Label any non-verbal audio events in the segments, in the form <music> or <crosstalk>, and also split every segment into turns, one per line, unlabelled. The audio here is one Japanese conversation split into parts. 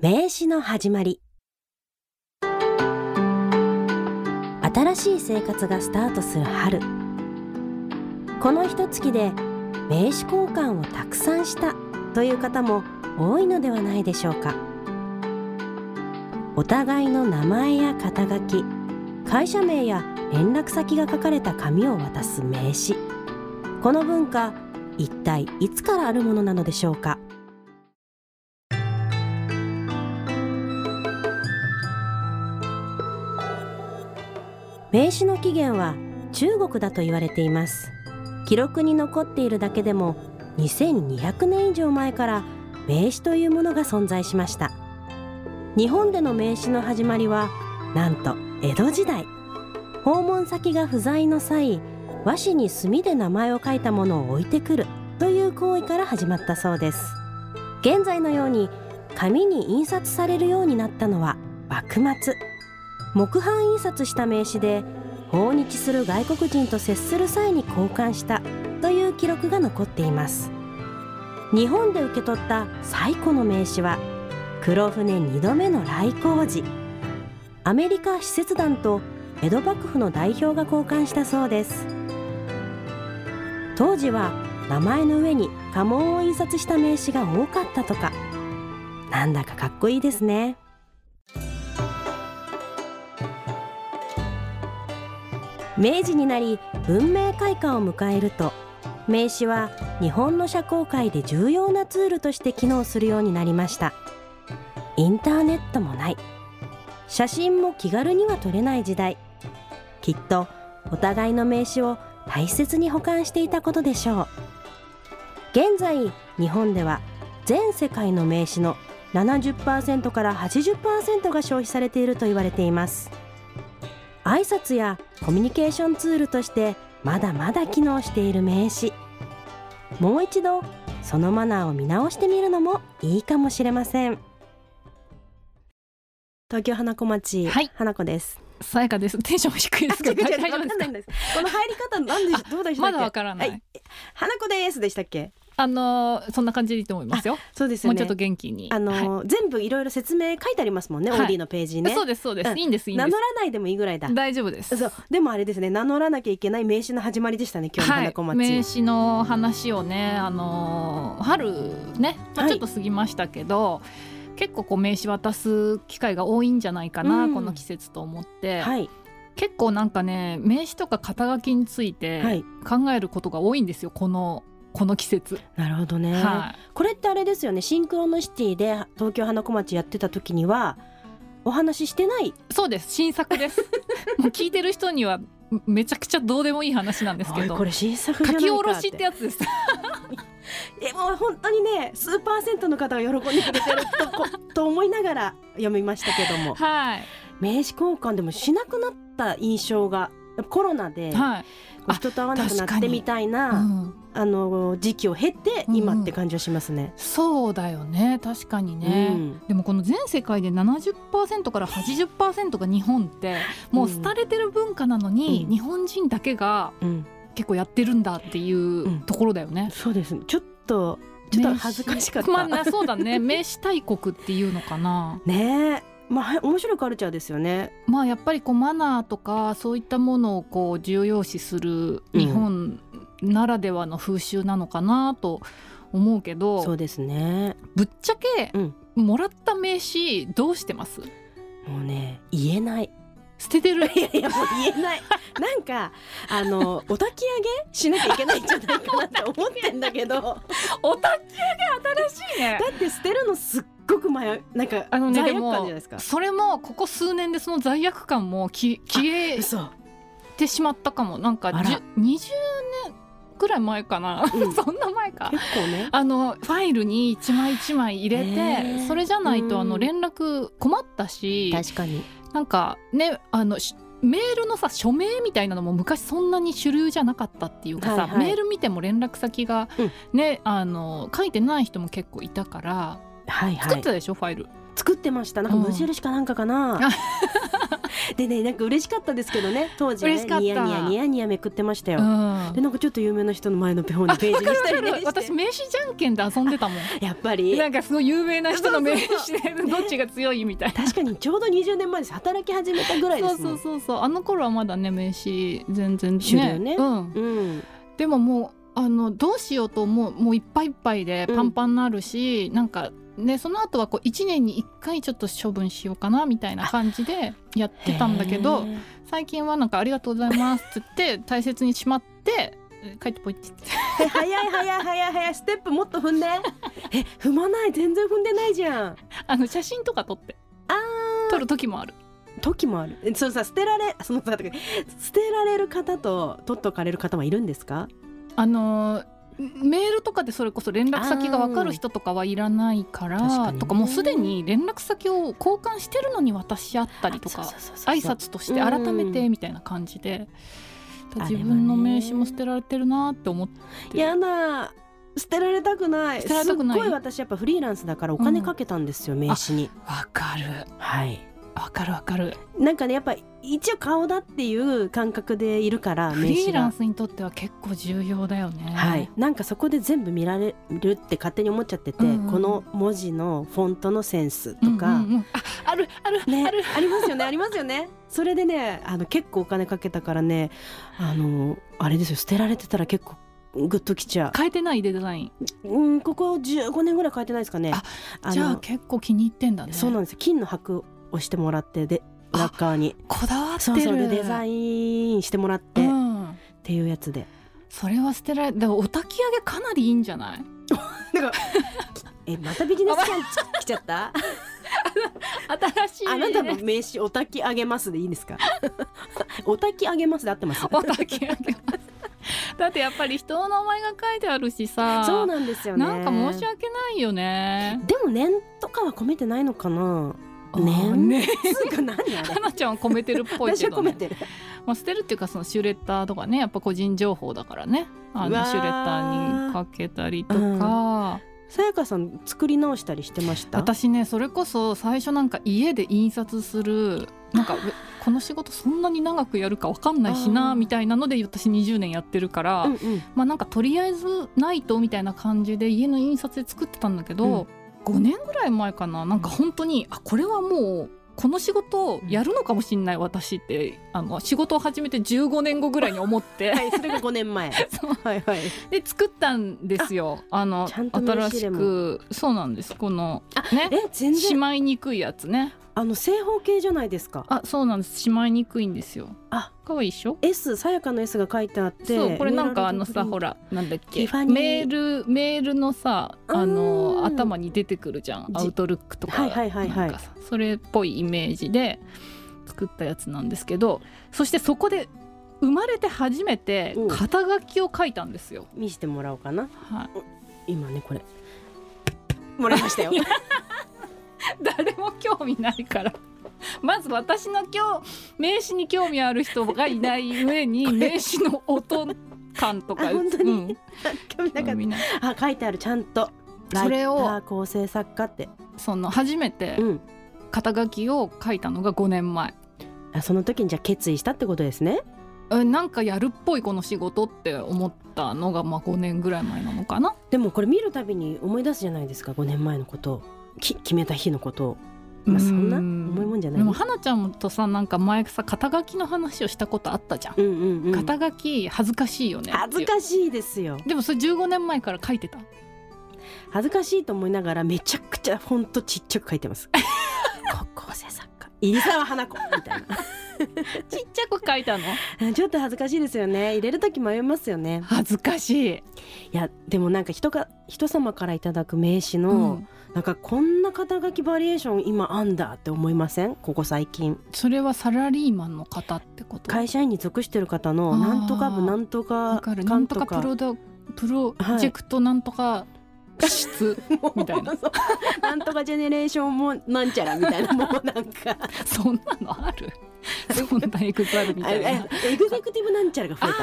名詞の始まり新しい生活がスタートする春この一月で名詞交換をたくさんしたという方も多いのではないでしょうかお互いの名前や肩書き会社名や連絡先が書かれた紙を渡す名詞この文化一体いつからあるものなのでしょうか名詞の起源は中国だと言われています記録に残っているだけでも2200年以上前から名詞というものが存在しました日本での名詞の始まりはなんと江戸時代訪問先が不在の際和紙に墨で名前を書いたものを置いてくるという行為から始まったそうです現在のように紙に印刷されるようになったのは幕末木版印刷した名刺で訪日する外国人と接する際に交換したという記録が残っています日本で受け取った最古の名刺は黒船2度目の来航時アメリカ使節団と江戸幕府の代表が交換したそうです当時は名前の上に家紋を印刷した名刺が多かったとかなんだかかっこいいですね明治になり文明開化を迎えると名刺は日本の社交界で重要なツールとして機能するようになりましたインターネットもない写真も気軽には撮れない時代きっとお互いの名刺を大切に保管していたことでしょう現在日本では全世界の名刺の70%から80%が消費されていると言われています挨拶やコミュニケーションツールとしてまだまだ機能している名詞もう一度そのマナーを見直してみるのもいいかもしれません東京花子町、
はい
花子です
さやかです。テンション低いです
違
け
う違
ど。
う違う
大丈夫
わ
で
かん
す
な
か
いんですこの入り方なんでしどうでしたっ
ま
け
だわからない。
はい花子ですでしたっけ
あのーそんな感じでいいと思いますよ。
そうです
も
よね
うちょっと元気に。
あのー
は
全部いろいろ説明書いてありますもんね、
はい
OD のページに
い
ね
そうですそうです。
うん
いいんですいいん
名
で
乗
す。
らないでもいいぐらいだ
大丈夫です。
そうでもあれですね名乗らなきゃいけない名刺の始まりでしたね今日の
はい
花子、町、
名刺の話をね、あのー春ね、まあ
はい
ちょっと過ぎましたけど、結構こう名刺渡す機会が多いんじゃないかな、
うん
この季節と思って、
はい
結構なんかね名刺とか肩書きについ
は
て
い
考えることが多いんですよこのこの季節。
なるほどね、
はい
これってあれですよねシンクロニシティで東京花子町やってた時にはお話ししてない
そうです新作です
<laughs>
もう聞いてる人にはめめちゃくちゃどうでもいい話なんですけ
お
ど
いこれ新作じゃな
書
い
き
か
下ろしってやつです
えもう本当にね数パーセントの方が喜んでくれてるとこと思いながら <laughs> 読みましたけども
<laughs> はい、
名刺交換でもしなくなった印象がやっぱコロナで
はいあ
人と会わなく
確
な
か
って
に
みたいうな、
ん、
あの時期を経て
うんうん
今って感じはしますね。
そうだよね確かにね、
うん
でもこの全世界で70%から80%が日本ってもう廃れてる文化なのに、
うん
日本人だけが
うん、
結構やってるんだっていうところだよね、
そうですねちょっとちょっと恥ずかしかった。
まあなそうだね名刺大国っていうのかな
ねえまあはい面白いカルチャーですよね。
まあやっぱりこうマナーとかそういったものをこう重要視する日本ならではの風習なのかなと思うけど、
そうですね。
ぶっちゃけ
うん
もらった名刺どうしてます
もうね言えない。
捨て
<laughs>
てる
いやいやもう言えない。なんかあのお焚き上げしなきゃいけないんじゃないかなって思ってんだけど、だ
お焚き上げ新しい <laughs> ね
って捨てるのすっごく迷うなんか
あのね
罪
で
悪感じゃない
も
ですか。
それもここ数年でその罪悪感もき消え
嘘。
てしまったかもなんか
あら
じゅ20年ぐらい前かな、
うん
<laughs> そんな前か
結構ね。
あのファイルに一枚一枚入れて、
ねえ
それじゃないとあ
う
の
ん
連絡困ったし
確かに。
なんかねあのしメールのさ署名みたいなのも昔そんなに主流じゃなかったっていうかさ、
はいはい
メール見ても連絡先が
うん
ね、あの書いてない人も結構いたから
はい
作
は
っ
い
て。たでしょ、ファイル。 <laughs>
作ってましたなんか無印かなんかかな、
んあ
でねなんか嬉しかったですけどね当時ね
嬉しかった
ニヤニヤニヤニヤめくってましたよ、
うん
でなんかちょっと有名な人の前のペー
あ、わ
ジに
か
し
るわ
た
か
りね
る。
して
私名刺じゃんけんで遊んでたも
<laughs>
ん。
やっぱり
なんかすごい有名な人の名
そうそ
刺でどっちが強いみたい
<laughs>
な。
確かにちょうど20年前です働き始めたぐらいで
そう
すも
そ
ん
うそうそう。あの頃はまだね名刺全然
主流ね
うん。
うん
でももうあのどうしようともうもういっぱいいっぱいでパンパンになるし、なんかねその後はこう1年に1回ちょっと処分しようかなみたいな感じでやってたんだけど
へー
最近はなんか「ありがとうございます」って言って大切にしまってえ帰ってポイって言って
え早い早い早い早いステップもっと踏んでえ踏まない全然踏んでないじゃん
あの写真とか撮って
あ
撮る時もある。
時もあるえそのさ捨てられそのさ捨てられる方と取っとかれる方はいるんですか
あのーメールとかでそれこそ連絡先が分かる人とかはいらないか
あー確からにね
とかもうすでに連絡先を交換してるのに渡し合ったりとか挨拶として改めてみたいな感じで、
ん
自分の名刺も捨てられてるなって思って
やだ捨てられたくない
捨てられたくない
すっごい私やっぱフリーランスだからお金かけたんですよ、名刺に
わかる
はい
わかるわかる
なんかねやっぱ一応顔だっていう感覚でいるから
フ
名
リ
刺
ーラ
が
ンスにとっては結構重要だよね
はい、なんかそこで全部見られるって勝手に思っちゃってて、
うんうん
この文字のフォントのセンス
うん
とか、
うんうんああるある、
ね
ある、
ありますよねありますよねそれでねあの結構お金かけたからねあのあれですよ捨てられてたら結構グッときちゃ
変えてないでデザイン
ううんここ15年ぐらい変えてないですかね
あ
の
じゃあ結構気に入ってんだね
そうなんですよ金の箔をしてもらってで
あ
裏側に
こだわってる
そうそうでデザインしてもらって、
う
っ
ん
ていうやつで
それは捨てられでもお焚き上げかなりいいんじゃない
えまたビジネスチャン来ちゃった
新 <laughs> しい
あなたの名刺お焚き上げますでいいですか <laughs> お焚き上げますで合ってます
<laughs> お焚き上げますだってやっぱり人の名前が書いてあるしさ
そうなんですよね
なんか申し訳ない
<laughs>
よね。
でも念とかは込めてないのかな念
ね。
つうか何あれ
<laughs> かなちゃんは込めてるっぽい
私
け
は
ど、
込め
ね、
てる
まあ、捨てるっていうかそのシュレッダーとかねやっぱ個人情報だからねあ
うわ
の
ー
シュレッダーにかけたりとか、
さやかさん作り直したりしてました
私ねそれこそ最初なんか家で印刷するなんかこの仕事そんなに長くやるかわかんないし
あー
なみたいなので私20年やってるから、
うんうん
まあなんかとりあえずないとみたいな感じで家の印刷で作ってたんだけど、5年ぐらい前かななんか本当にあこれはもうこの仕事をやるのかもしれない私ってあの仕事を始めて15年後ぐらいに思って
はいそれが5年前
<laughs> そう
はいはい
で作ったんですよあの
ちゃんと名
新
刺入
し
れも
くそうなんですこのね
え全
し
然
まいにくいやつね
あの正方形じゃないですか
あそうなんですしまいにくいんですよ
あ
かわいいでしょ
S さやかの S が書いてあって
そうこれなんかあのさほ
ら
らなんだっ
ティ
け
ファニー
メールメールのさあ
う
の
ん
頭に出てくるじゃん
じ
アウトルックとか
はい
な
はい
ん
はいはい
かさそれっぽいイメージで作ったやつなんですけどそしてそこで生まれて初めて
うん
肩書きを書いたんですよ。
見せてもらおうかな
はい、
今ねこれもらいま
<laughs>
したよ
誰も興味ないから <laughs> まず私の今日名刺に興味ある人がいない上に名刺の音感とか
あ本当に
うん
興味なかっ
興味ない
たあ書いてあるちゃんと
それを
ライター構成作家って
その初めて
うん
肩書きを書いたのが5年前
あその時にじゃあ決意したってことですね
えなんかやるっぽいこの仕事って思ったのがまあ5年ぐらい前なのかな
でもこれ見るたびに思い出すじゃないですか5年前のことをき決めた日のことをまあそんな
う
重いもんじゃない
でも花ちゃんとさなんか前さ肩書きの話をしたことあったじゃん、
うんうんうん
肩書き恥ずかしいよねっていう
恥ずかしいですよ
でもそれ15年前から書いてた
恥ずかしいと思いながらめちゃくちゃフォントちっちゃく書いてます <laughs> 高校生作家入沢花子みたい
ちっちゃく書いたの
な <laughs> ちょっと恥ずかしいですよね入れる時迷いますよね
恥ずかしい、
いやでもなんか人が人様からいただく名刺の、
うん、
なんかこんな肩書きバリエーション今あんだって思いませんここ最近
それはサラリーマンの方ってこと
会社員に属してる方の
あー
なんとか部なんと
わ
か
かるな
官
んとかプロダプロジェクトなんとか室、
もう
みた <laughs> いな
そうなんとかジェネレーションもなんちゃらみたいなもうなんか
<laughs> そ
<laughs>
んなのあるそんなエグザルみ
あ
たいな
えエグゼクティブなんちゃらが増えた
あ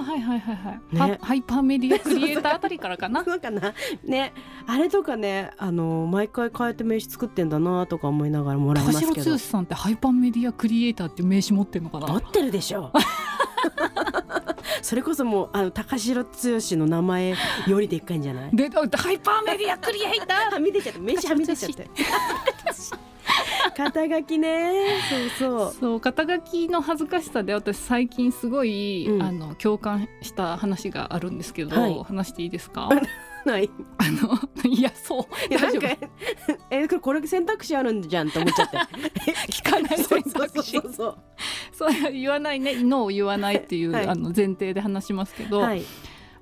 あはいはいはいはい、
ね
ハハイパーメディア
<laughs>
クリエイターあたりからかな
そうかなねあれとかねあの毎回変えて名刺作ってんだなとか思いながらもらいま
高
す
城
けど
剛さんってハイパーメディアクリエイターっていう名刺持ってるのか
持
な
ってるでしょそれこそもうあの高城剛の名前よりでっかいんじゃない
であハイパーメディアクリエイター
はみ出ちゃった名刺はみ出ちゃって <laughs> 肩書きねそうそう
そう肩書きの恥ずかしさで私最近すごい、
うん
あの共感した話があるんですけど、
はい
話していいですか
ない
あのいやそう
いや
大
なん
丈夫
か <laughs> えこれこれ選択肢あるんじゃんと思っちゃって
聞かない選択肢
そうそうそう
<laughs> そう言わないねノーを言わないっていう、
はい
あの前提で話しますけ
そ
ど、
うはい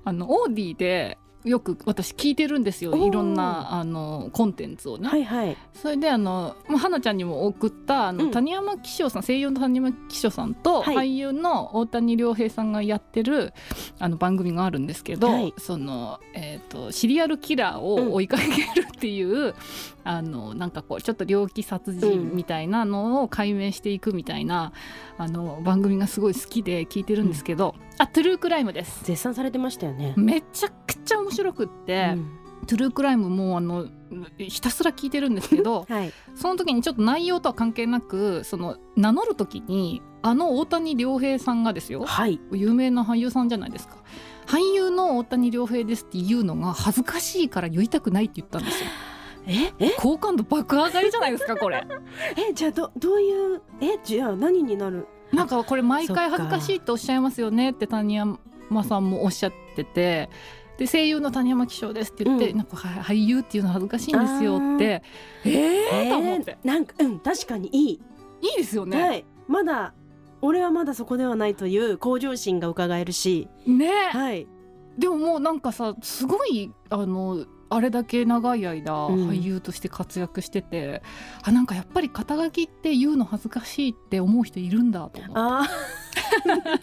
あのオーディでよく私聞いてるんですよ
おー
いろんなあのコンテンツをね、
はいはい
それであのまあ花ちゃんにも送ったあの、
うん
谷山紀章さん声優の谷山紀章さんと、
はい
俳優の大谷亮平さんがやってるあの番組があるんですけど、
はい
その、えー、とシリアルキラーを追いかけるっていう、あのなんかこうちょっと猟奇殺人みたいなのを解明していくみたいな、あの番組がすごい好きで聞いてるんですけど、あトゥルークライムです。
絶賛されてましたよね、
めちゃくちゃ面白くって、
うん
トゥルークライムもうあのひたすら聞いてるんですけ
<laughs>
ど
はい
その時にちょっと内容とは関係なくその名乗る時にあの大谷亮平さんがですよ
はい
有名な俳優さんじゃないですか俳優の大谷亮平ですって言うのが恥ずかしいから言いたくないって言ったんですよ
ええ
好感度爆上がりじゃないですかこれ
えじゃあどどういうえじゃあ何になる
<laughs> なんかこれ毎回
そっ
恥
か
ずかしいっておっしゃいますよねって谷山さんもおっしゃっててで声優の谷山紀章ですって言って、
うん
なんかは俳優っていうのは恥ずかしいんですよってえー、と思って
えーなんかうん確かにいい、
いいですよね、
はいまだ俺はまだそこではないという向上心が伺えるし
ね
はい
でももうなんかさすごいあのあれだけ長い間
うん
俳優として活躍してて、あなんかやっぱり肩書きって言うの恥ずかしいって思う人いるんだと思っ <laughs>
あー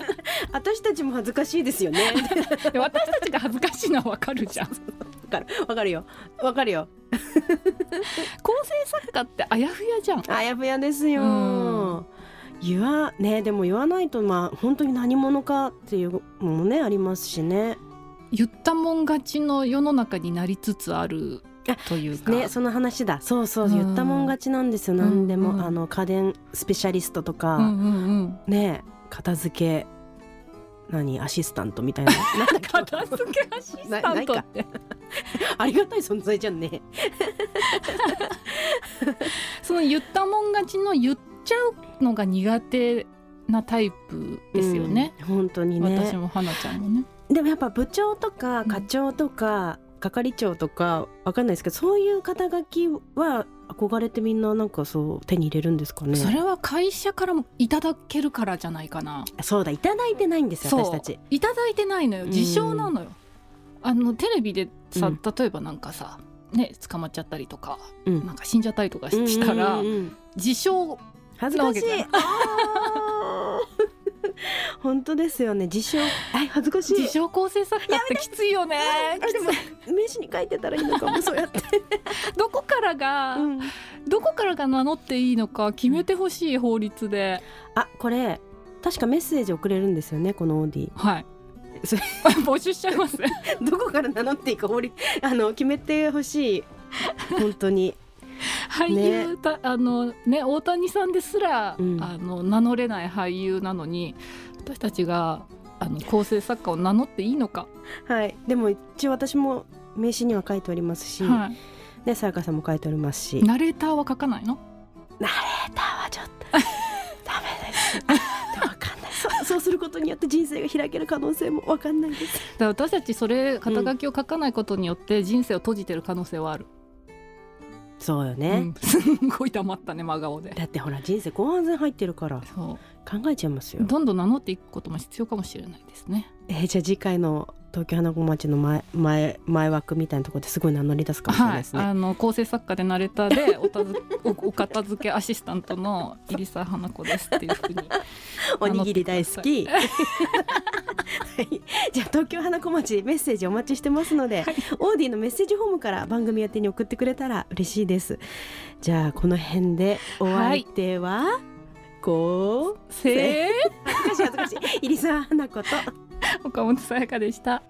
私たちも恥ずかしいですよね
てで私たちが恥ずかしいのはわか
<laughs>
るじゃん
わかるわかるよわかるよ
構成作家ってあやふやじゃん
あやふやですよ、
うん
言わねでも言わないとまあ本当に何者かっていうのもねありますしね
言ったもん勝ちの世の中になりつつあるというか、
ねその話だそうそう
うん
言ったもん勝ちなんですよ何でも、
うんうん
あの家電スペシャリストと
う
か、
んうんうん
ね片付け何アシスタントみたい <laughs> ななんだ
片付けアシスタントって
ありがたい存在じゃんね
その言ったもん勝ちの言っちゃうのが苦手なタイプですよね、、
うん本当に
私
ね
も花ちゃんもね
でもやっぱ部長とか課長とか、係長とかわかんないですけどそういう肩書きは憧れてみんななんかそう手に入れるんですかね
それは会社からもいただけるからじゃないかな
そうだいただいてないんですよ
そう
私たち
いただいてないのよ
うん
自称なのよ、あのテレビでさ
うん
例えばなんかさ、ね捕まっちゃったりとか
うん
なんか死んじゃったりとかししたら、
うんうんうん
自称
恥ずかしい
なわけじゃん
あー <laughs> 本当ですよね自称あ恥ずかしい
自称構成作家ってきついよね
あでも名刺に書いてたらいいのかもそうやって、
どこからが、
うん
どこからが名乗っていいのか決めてほしい法律で、
あこれ確かメッセージ送れるんですよねこのオーディ
はい
それ
<laughs> 募集しちゃいます
<laughs> どこから名乗っていいか法律あの決めてほしい本当に
俳優、たあのね大谷さんですら、
うん
あの名乗れない俳優なのに私たちがあの構成作家を名乗っていいのか、
はいでも一応私も名刺には書いておりますし、
は
ねさやかさんも書いておりますし
い、ナレーターは書かないの
タは <laughs> ちょっとダメですでもわかんないそうそうすることによって人生が開ける可能性もわかんないです
だから私たちそれ肩書きを書かないことによって人生を閉じてる可能性はある、
そうよね、
うん、 <laughs> すんごい黙ったね真顔で
だってほら人生後半戦入ってるから
そ
考えちゃいます
う
よ
どんどん名乗っていくことも必要かもしれないですね
えーじゃあ次回の東京花子町の前前前枠みたいなところですごい名乗り出すかもしれない
は
で
い
すね、
あの構成作家でナレーターでおたずお <laughs> お片付けアシスタントの入澤花子ですっていうふうに
おにぎり大好きはいじゃあ東京花子町メッセージお待ちしてますので、オーディのメッセージホームから番組宛てに送ってくれたら嬉しいですじゃあこの辺でお相手は、こう
せー
恥ずかしい恥ずかしい入澤花子と
岡本さやかでした